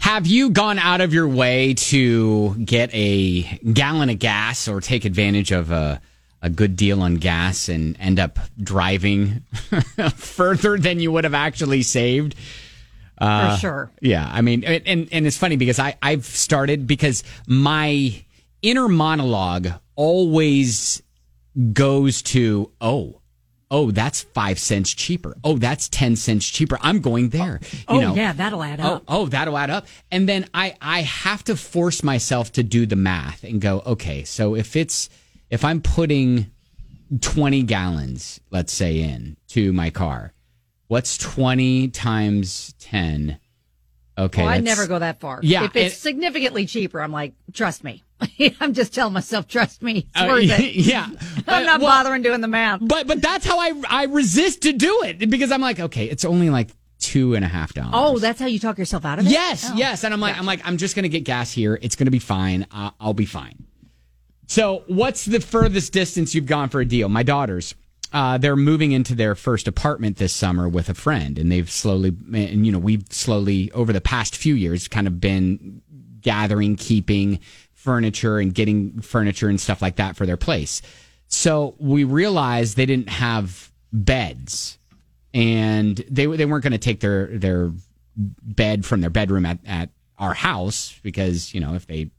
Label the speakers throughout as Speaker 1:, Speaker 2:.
Speaker 1: Have you gone out of your way to get a gallon of gas or take advantage of a, a good deal on gas and end up driving further than you would have actually saved?
Speaker 2: for sure.
Speaker 1: Yeah, I mean, and and- and it's funny because I I've started because my inner monologue always goes to oh. Oh, that's five cents cheaper. Oh, that's ten cents cheaper. I'm going there.
Speaker 2: Oh
Speaker 1: you know,
Speaker 2: yeah, that'll add
Speaker 1: oh,
Speaker 2: up.
Speaker 1: oh, that'll add up. And then I, I have to force myself to do the math and go, okay, so if it's, if I'm putting 20 gallons, let's say, in to my car, what's 20 times 10? Okay.
Speaker 2: Well, Oh, I
Speaker 1: that's-
Speaker 2: never go that far.
Speaker 1: Yeah,
Speaker 2: if it's
Speaker 1: it-
Speaker 2: significantly cheaper, I'm like, trust me. I'm just telling myself, trust me, it's
Speaker 1: Uh,
Speaker 2: worth it.
Speaker 1: yeah.
Speaker 2: I'm
Speaker 1: Uh,
Speaker 2: not
Speaker 1: well,
Speaker 2: bothering doing the math.
Speaker 1: But, but that's how I, I resist to do it because I'm like, okay, it's only like two and a half dollars.
Speaker 2: Oh, that's how you talk yourself out of it.
Speaker 1: Yes,
Speaker 2: Oh.
Speaker 1: yes. And I'm like, I'm like, I'm just gonna get gas here. It's gonna be fine. I- I'll be fine. So, what's the furthest distance you've gone for a deal? My daughters, uh, they're moving into their first apartment this summer with a friend, and they've slowly, and you know, we've slowly over the past few years kind of been gathering, keeping furniture and getting furniture and stuff like that for their place. So we realized they didn't have beds, and they they weren't going to take their their bed from their bedroom at, at our house because you know if they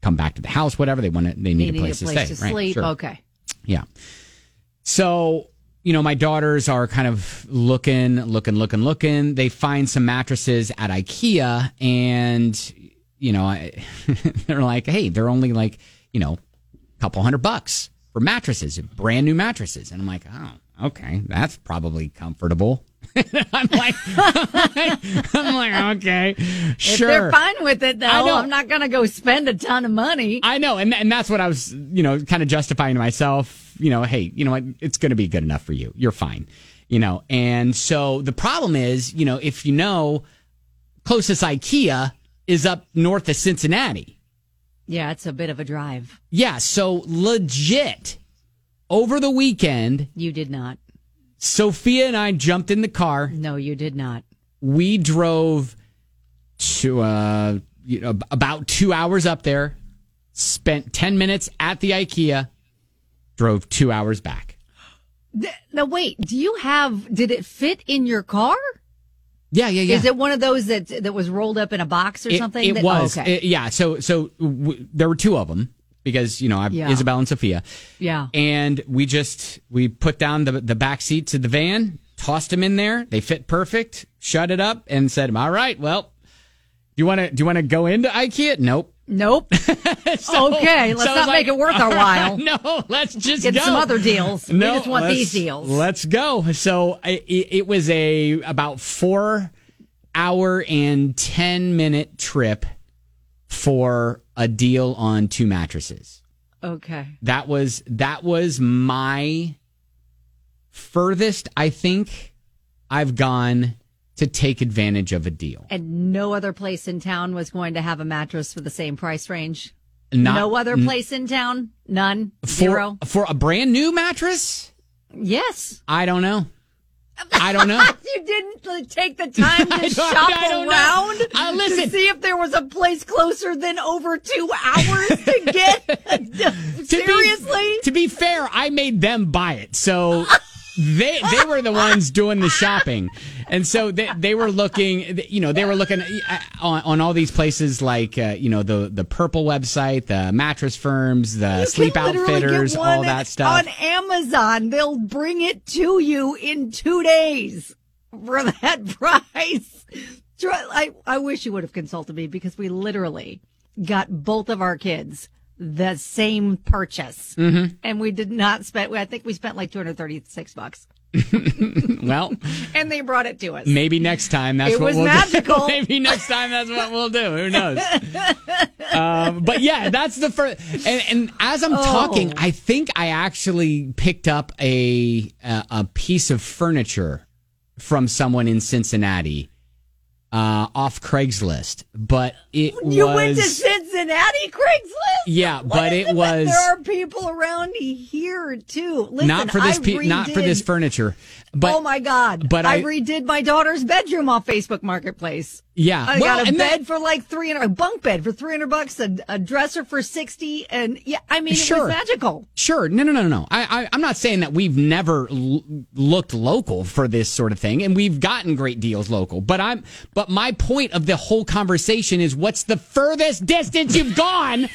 Speaker 1: come back to the house whatever they want to they need,
Speaker 2: You
Speaker 1: a
Speaker 2: need
Speaker 1: place
Speaker 2: a
Speaker 1: to
Speaker 2: place to
Speaker 1: stay right,
Speaker 2: sleep.
Speaker 1: sure.
Speaker 2: Okay.
Speaker 1: yeah so you know my daughters are kind of looking looking looking looking they find some mattresses at ikea and you know I, they're like hey they're only like you know a couple hundred bucks for mattresses brand new mattresses and i'm like oh okay that's probably comfortable I'm like, I'm like, okay,
Speaker 2: If
Speaker 1: sure.
Speaker 2: they're fine with it, though,
Speaker 1: I know.
Speaker 2: I'm not going to go spend a ton of money.
Speaker 1: I know, and and that's what I was, you know, kind of justifying to myself. You know, hey, you know what? It's going to be good enough for you. You're fine. You know, and so the problem is, you know, if you know, closest IKEA is up north of Cincinnati.
Speaker 2: yeah, it's a bit of a drive.
Speaker 1: Yeah, so legit. Over the weekend,
Speaker 2: You did not.
Speaker 1: Sophia and I jumped in the car.
Speaker 2: No, you did not.
Speaker 1: We drove to uh, you know, about two hours up there. Spent ten minutes at the IKEA. Drove two hours back.
Speaker 2: Now, wait, do you have, did it fit in your car?
Speaker 1: Yeah, yeah, yeah.
Speaker 2: Is it one of those that that was rolled up in a box or
Speaker 1: It-
Speaker 2: something?
Speaker 1: It,
Speaker 2: that,
Speaker 1: was.
Speaker 2: oh, okay.
Speaker 1: It- yeah. So, so w- there were two of them because you know I,
Speaker 2: Yeah.
Speaker 1: Isabel and Sophia,
Speaker 2: yeah.
Speaker 1: and we just we put down the the back seats of the van, tossed them in there. They fit perfect. Shut it up and said, "All right, well, do you want to do you want to go into IKEA? Nope.
Speaker 2: Nope. okay, let's
Speaker 1: so I was
Speaker 2: not
Speaker 1: like,
Speaker 2: make it worth our while.
Speaker 1: no, let's just
Speaker 2: Get
Speaker 1: go.
Speaker 2: some other deals.
Speaker 1: No,
Speaker 2: we just want
Speaker 1: let's-
Speaker 2: these deals.
Speaker 1: Let's go. So I- it, it was a about four hour and ten minute trip for a deal on two mattresses.
Speaker 2: okay.
Speaker 1: That was that was my furthest I think I've gone to take advantage of a deal.
Speaker 2: And no other place in town was going to have a mattress for the same price range.
Speaker 1: Not-
Speaker 2: no other place in town. None.
Speaker 1: For,
Speaker 2: Zero.
Speaker 1: for a brand new mattress?
Speaker 2: Yes.
Speaker 1: I don't know. I don't know.
Speaker 2: You didn't like, take the time
Speaker 1: I
Speaker 2: to
Speaker 1: don't-
Speaker 2: shop
Speaker 1: I don't know.
Speaker 2: around
Speaker 1: Uh,
Speaker 2: to
Speaker 1: listen.
Speaker 2: see if there was a place closer than over two hours to get.
Speaker 1: To be-
Speaker 2: Seriously?
Speaker 1: to be fair, I made them buy it, so they they were the ones doing the shopping, and so they they were looking, you know, they were looking uh, on, on all these places like uh, you know the the purple website, the mattress firms, the
Speaker 2: You
Speaker 1: sleep
Speaker 2: can literally get
Speaker 1: outfitters, all
Speaker 2: one
Speaker 1: that stuff.
Speaker 2: On Amazon, they'll bring it to you in two days for that price. Try- I, I wish you would have consulted me because we literally got both of our kids the same purchase.
Speaker 1: Mm-hmm.
Speaker 2: And we did not spend, I think we spent like 236 bucks.
Speaker 1: well,
Speaker 2: And they brought it to us.
Speaker 1: maybe next time that's
Speaker 2: It
Speaker 1: what
Speaker 2: was
Speaker 1: we'll
Speaker 2: magical.
Speaker 1: do. maybe next time that's what we'll do. Who knows? um, but yeah, that's the first. And, and as I'm
Speaker 2: Oh.
Speaker 1: talking, I think I actually picked up a a, a piece of furniture from someone in Cincinnati uh, off Craigslist, but it
Speaker 2: You
Speaker 1: was
Speaker 2: went to Cincinnati Cincinnati Craigslist?
Speaker 1: Yeah,
Speaker 2: What
Speaker 1: but
Speaker 2: is
Speaker 1: it
Speaker 2: that
Speaker 1: was-
Speaker 2: There are people around here too. Listen,
Speaker 1: not for this
Speaker 2: I
Speaker 1: pe- not for this
Speaker 2: redid-
Speaker 1: furniture. But
Speaker 2: oh my God!
Speaker 1: but I-
Speaker 2: redid my daughter's bedroom off Facebook Marketplace.
Speaker 1: Yeah.
Speaker 2: I
Speaker 1: Well,
Speaker 2: got a
Speaker 1: and that-
Speaker 2: bed for like three hundred, a bunk bed for three hundred bucks, a, a dresser for sixty, and yeah, I mean, it
Speaker 1: Sure.
Speaker 2: was magical.
Speaker 1: Sure. No, no, no, no, no. I, I, I'm not saying that we've never l- looked local for this sort of thing, and we've gotten great deals local. But I'm, but my point of the whole conversation is, what's the furthest distance you've gone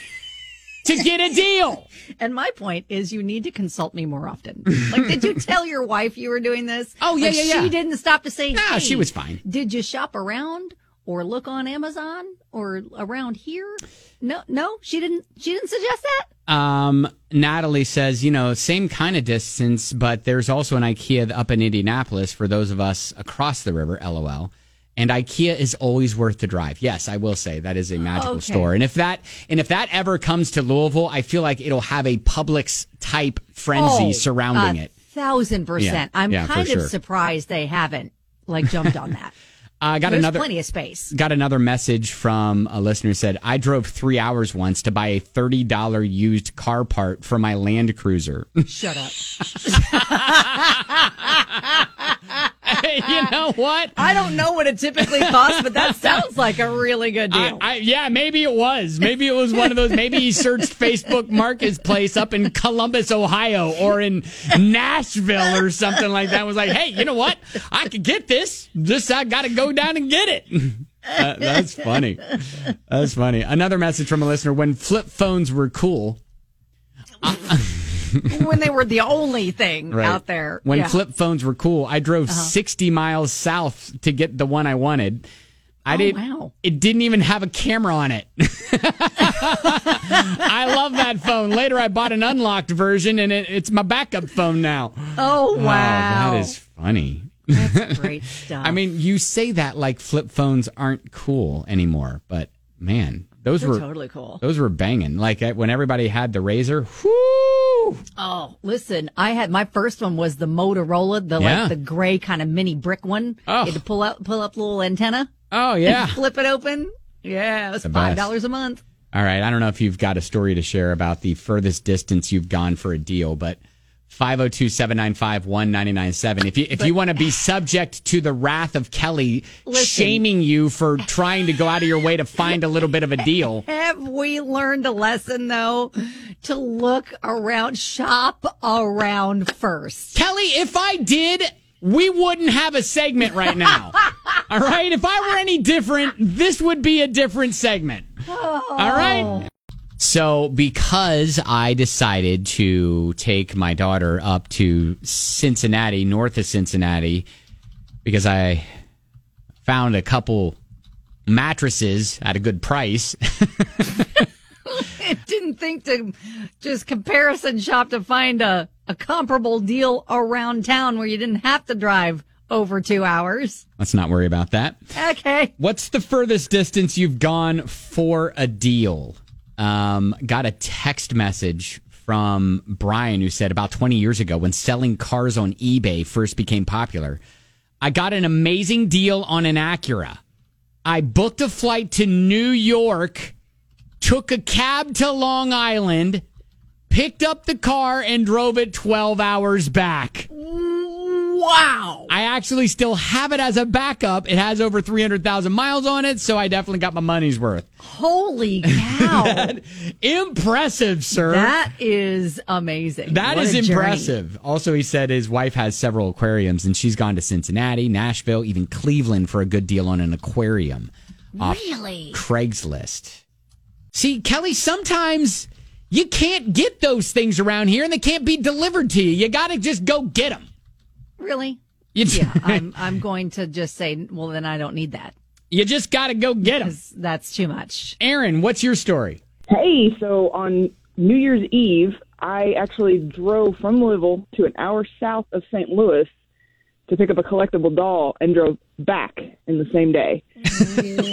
Speaker 1: to get a deal?
Speaker 2: And my point is, you need to consult me more often. Like, did you tell your wife you were doing this?
Speaker 1: Oh, yeah,
Speaker 2: Like,
Speaker 1: yeah, yeah.
Speaker 2: She didn't stop to say.
Speaker 1: Nah,
Speaker 2: hey,
Speaker 1: Ah, she was fine.
Speaker 2: Did you shop around or look on Amazon or around here? No, no, she didn't. She didn't suggest that.
Speaker 1: Um, Natalie says, you know, same kind of distance, but there's also an IKEA up in Indianapolis for those of us across the river, lol. And IKEA is always worth the drive. Yes, I will say that is a magical
Speaker 2: Okay.
Speaker 1: store. And if that and if that ever comes to Louisville, I feel like it'll have a Publix type frenzy
Speaker 2: Oh,
Speaker 1: surrounding
Speaker 2: a
Speaker 1: it.
Speaker 2: Thousand percent.
Speaker 1: Yeah,
Speaker 2: I'm
Speaker 1: yeah, for
Speaker 2: kind of
Speaker 1: sure.
Speaker 2: surprised they haven't like jumped on that.
Speaker 1: I Uh, got
Speaker 2: There's
Speaker 1: another
Speaker 2: plenty of space.
Speaker 1: got another message from a listener who said, I drove three hours once to buy a thirty dollar used car part for my Land Cruiser.
Speaker 2: Shut up. Uh,
Speaker 1: you know what?
Speaker 2: I don't know what it typically costs, but that sounds like a really good
Speaker 1: I,
Speaker 2: deal.
Speaker 1: I, yeah, maybe it was. Maybe it was one of those. Maybe he searched Facebook Marketplace up in Columbus, Ohio, or in Nashville, or something like that. and Was like, hey, you know what? I could get this. Just I got to go down and get it. Uh, that's funny. That's funny. Another message from a listener: When flip phones were cool,
Speaker 2: when they were the only thing
Speaker 1: right?
Speaker 2: out there.
Speaker 1: When
Speaker 2: Yeah. Uh-huh.
Speaker 1: flip phones were cool, I drove 60 miles south to get the one I wanted. I didn't.
Speaker 2: Oh, wow.
Speaker 1: It didn't even have a camera on it. I love that phone. Later, I bought an unlocked version, and it, it's my backup phone now.
Speaker 2: Oh wow.
Speaker 1: that is funny.
Speaker 2: That's great stuff.
Speaker 1: I mean, you say that like flip phones aren't cool anymore, but man, those
Speaker 2: They're
Speaker 1: were
Speaker 2: totally cool.
Speaker 1: those were banging. Like I- when everybody had the razor. Whoo!
Speaker 2: Oh, listen, I had my first one was the Motorola, the
Speaker 1: Yeah.
Speaker 2: like the gray kind of mini brick one.
Speaker 1: Oh.
Speaker 2: You had to pull out pull up the little antenna,
Speaker 1: Oh yeah.
Speaker 2: flip it open. Yeah, it was five
Speaker 1: best.
Speaker 2: dollars a month.
Speaker 1: All right. I don't know if you've got a story to share about the furthest distance you've gone for a deal, but 502 795 1997. If you, if you want to be subject to the wrath of Kelly
Speaker 2: Listen.
Speaker 1: shaming you for trying to go out of your way to find a little bit of a deal,
Speaker 2: Have we learned a lesson though? To look around, shop around first.
Speaker 1: Kelly, if I did, we wouldn't have a segment right now. All right. If I were any different, this would be a different segment. All right. So, because I decided to take my daughter up to Cincinnati, north of Cincinnati, because I found a couple mattresses at a good price.
Speaker 2: I didn't think to just comparison shop to find a, a comparable deal around town where you didn't have to drive over two hours.
Speaker 1: Let's not worry about that.
Speaker 2: Okay.
Speaker 1: What's the furthest distance you've gone for a deal? Um, got a text message from Brian who said about 20 years ago when selling cars on eBay first became popular, I got an amazing deal on an Acura. I booked a flight to New York, took a cab to Long Island, picked up the car and drove it 12 hours back.
Speaker 2: Wow.
Speaker 1: I actually still have it as a backup. It has over 300,000 miles on it, so I definitely got my money's worth.
Speaker 2: Holy cow.
Speaker 1: Impressive, sir.
Speaker 2: That is amazing.
Speaker 1: that
Speaker 2: What
Speaker 1: is
Speaker 2: a journey.
Speaker 1: impressive. Also, he said his wife has several aquariums and she's gone to Cincinnati, Nashville, even Cleveland for a good deal on an aquarium.
Speaker 2: Really?
Speaker 1: Craigslist. See, Kelly, sometimes you can't get those things around here and they can't be delivered to you. You got to just go get them.
Speaker 2: Really?
Speaker 1: You,
Speaker 2: Yeah, I'm I'm going to just say well then I don't need that.
Speaker 1: you just got to go get them.
Speaker 2: 'cause That's too much.
Speaker 1: Aaron, what's your story?
Speaker 3: Hey, so on New Year's Eve, I actually drove from Louisville to an hour south of St. Louis to pick up a collectible doll and drove back in the same day.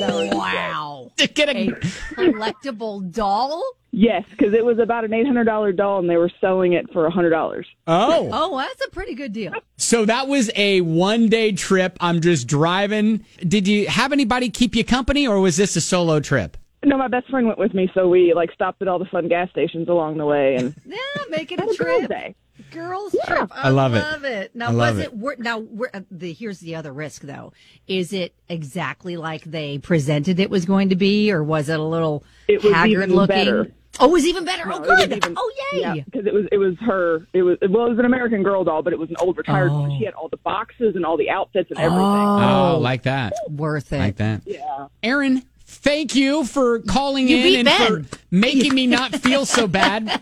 Speaker 2: Wow.
Speaker 1: To get
Speaker 2: A
Speaker 1: a
Speaker 2: collectible doll?
Speaker 3: Yes, because it was about an $800 doll and they were selling it for $100.
Speaker 1: Oh.
Speaker 2: Oh, that's a pretty good deal.
Speaker 1: So that was a one day trip. I'm just driving. Did you have anybody keep you company or was this a solo trip?
Speaker 3: No, my best friend went with me, so we like stopped at all the fun gas stations along the way, and
Speaker 2: Yeah, make it a
Speaker 3: Well, girls'
Speaker 2: trip.
Speaker 3: day.
Speaker 2: Girls trip. I,
Speaker 1: love it.
Speaker 2: Now
Speaker 1: I love
Speaker 2: was
Speaker 1: it.
Speaker 2: it, wor- now wor- uh, the here's the other risk though. Is it exactly like they presented it was going to be or was it a little
Speaker 3: It was
Speaker 2: haggard
Speaker 3: even
Speaker 2: looking?
Speaker 3: better.
Speaker 2: Oh, it was even better. oh
Speaker 3: No, it was
Speaker 2: good.
Speaker 3: even-
Speaker 2: oh yay.
Speaker 3: Yeah, because it was it was her. It was well, it was an American Girl doll, but it was an old retired one.
Speaker 2: Oh.
Speaker 3: She had all the boxes and all the outfits and everything.
Speaker 1: Oh, like that.
Speaker 2: Worth it.
Speaker 1: Like that.
Speaker 3: Yeah.
Speaker 1: Aaron, thank you for calling
Speaker 2: You beat
Speaker 1: in and
Speaker 2: Ben.
Speaker 1: for making me not feel so bad.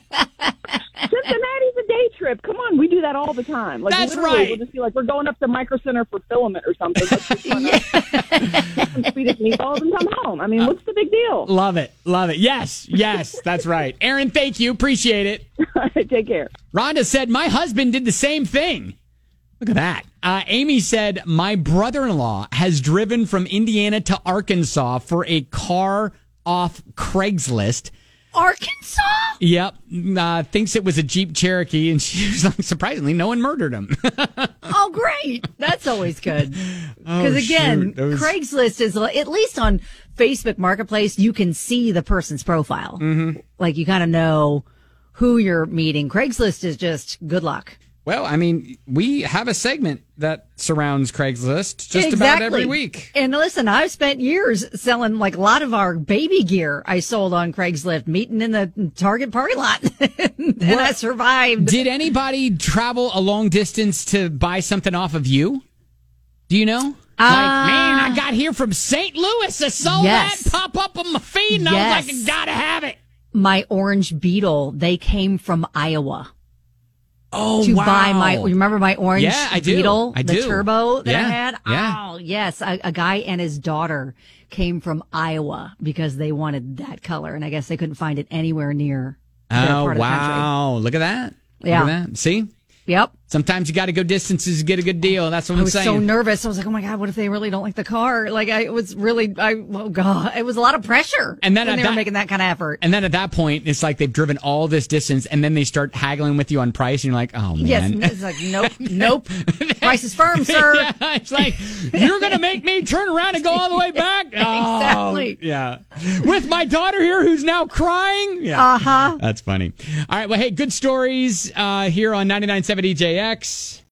Speaker 3: Cincinnati's a day trip. Come on, we do that all the time. Like
Speaker 1: That's
Speaker 3: literally,
Speaker 1: right.
Speaker 3: We'll just be like, we're going up to Micro Center for filament or something. Let's just run up, some Swedish meatballs and come home. I mean, what's the big deal?
Speaker 1: Love it. Love it. Yes. Yes. That's right. Aaron, thank you. Appreciate it.
Speaker 3: Take care.
Speaker 1: Rhonda said, My husband did the same thing. Look at that. Uh, Amy said, My brother in law has driven from Indiana to Arkansas for a car off Craigslist.
Speaker 2: Arkansas?
Speaker 1: Yep. Uh, thinks it was a Jeep Cherokee. And she was like, Surprisingly, no one murdered him.
Speaker 2: Oh great. That's always good. Because again,
Speaker 1: Oh, shoot. That was-
Speaker 2: Craigslist is li- at least on Facebook Marketplace, you can see the person's profile. Mm-hmm. Like you kind of know who you're meeting. Craigslist is just good luck.
Speaker 1: well, I mean, we have a segment that surrounds Craigslist just about every week.
Speaker 2: And listen, I've spent years selling like a lot of our baby gear I sold on Craigslist, meeting in the Target parking lot. and I survived.
Speaker 1: Did anybody travel a long distance to buy something off of you? Do you know? like, man, I got here from St. Louis. I saw
Speaker 2: Uh, Yes.
Speaker 1: that pop up on my feed, and I was like,
Speaker 2: Yes.
Speaker 1: I gotta have it.
Speaker 2: My orange beetle, they came from Iowa
Speaker 1: Oh,
Speaker 2: to buy my, remember my orange
Speaker 1: Yeah, I do.
Speaker 2: beetle,
Speaker 1: I
Speaker 2: the
Speaker 1: do.
Speaker 2: turbo that I
Speaker 1: Yeah,
Speaker 2: had?
Speaker 1: yeah.
Speaker 2: Oh, yes. A, a guy and his daughter came from Iowa because they wanted that color. And I guess they couldn't find it anywhere near their
Speaker 1: Oh,
Speaker 2: part of the country.
Speaker 1: wow. Look at that.
Speaker 2: Yeah.
Speaker 1: Look at that. See?
Speaker 2: Yep.
Speaker 1: Sometimes you gotta go distances to get a good deal. That's what
Speaker 2: Oh, I
Speaker 1: I'm
Speaker 2: was
Speaker 1: saying.
Speaker 2: so nervous. I was like, "Oh my god, what if they really don't like the car?" Like, I was really, I oh god, it was a lot of pressure.
Speaker 1: And then
Speaker 2: when
Speaker 1: at
Speaker 2: they
Speaker 1: that-
Speaker 2: were making that kind of effort.
Speaker 1: and then at that point, it's like they've driven all this distance, and then they start haggling with you on price, and you're like, oh, man.
Speaker 2: yes, and it's like nope, nope. Price is firm, sir.
Speaker 1: Yeah, it's like you're gonna make me turn around and go all the way back. Oh,
Speaker 2: Exactly.
Speaker 1: yeah, with my daughter here who's now crying. Yeah,
Speaker 2: Uh huh.
Speaker 1: that's funny. All right, well, hey, good stories uh, here on 99.7 EJX.